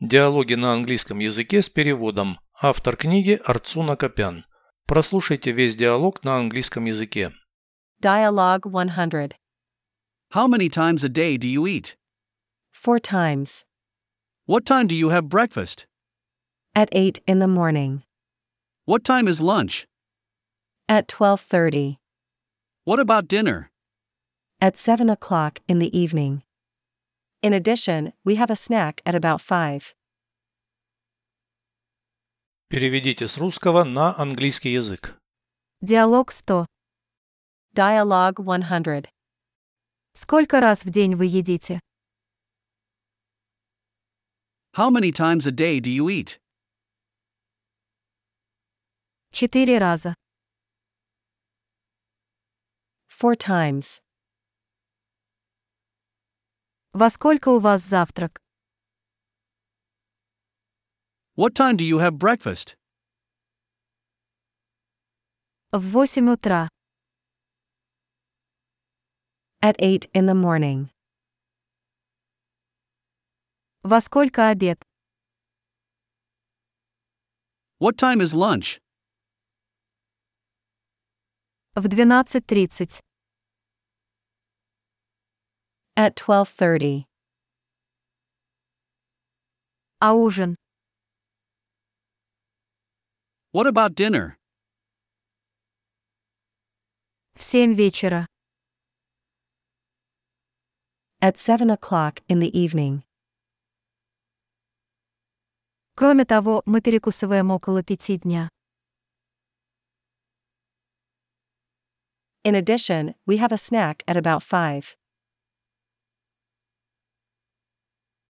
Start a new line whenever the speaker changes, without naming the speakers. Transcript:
Диалоги на английском языке с переводом. Автор книги Арцуна Копян. Прослушайте весь диалог на английском языке.
Dialogue 100.
How many times a day do you eat?
Four times.
What time do you have breakfast?
At 8 in the morning.
What time is lunch?
At 12.30.
What about dinner?
At 7 o'clock in the evening. In addition, we have a snack at about 5.
Переведите с русского на английский язык.
Диалог 100.
Dialogue 100.
Сколько раз в день вы едите?
How many times a day do you eat?
Четыре раза.
Four times.
Во сколько у вас завтрак?
What time do you have breakfast?
В 8 утра.
At 8 in the morning.
Во сколько обед?
What time is lunch?
В 12.30.
At 12.30.
А ужин?
What about dinner?
В 7 вечера.
At 7 o'clock in the evening.
Кроме того, мы перекусываем около пяти дня.
In addition, we have a snack at about 5.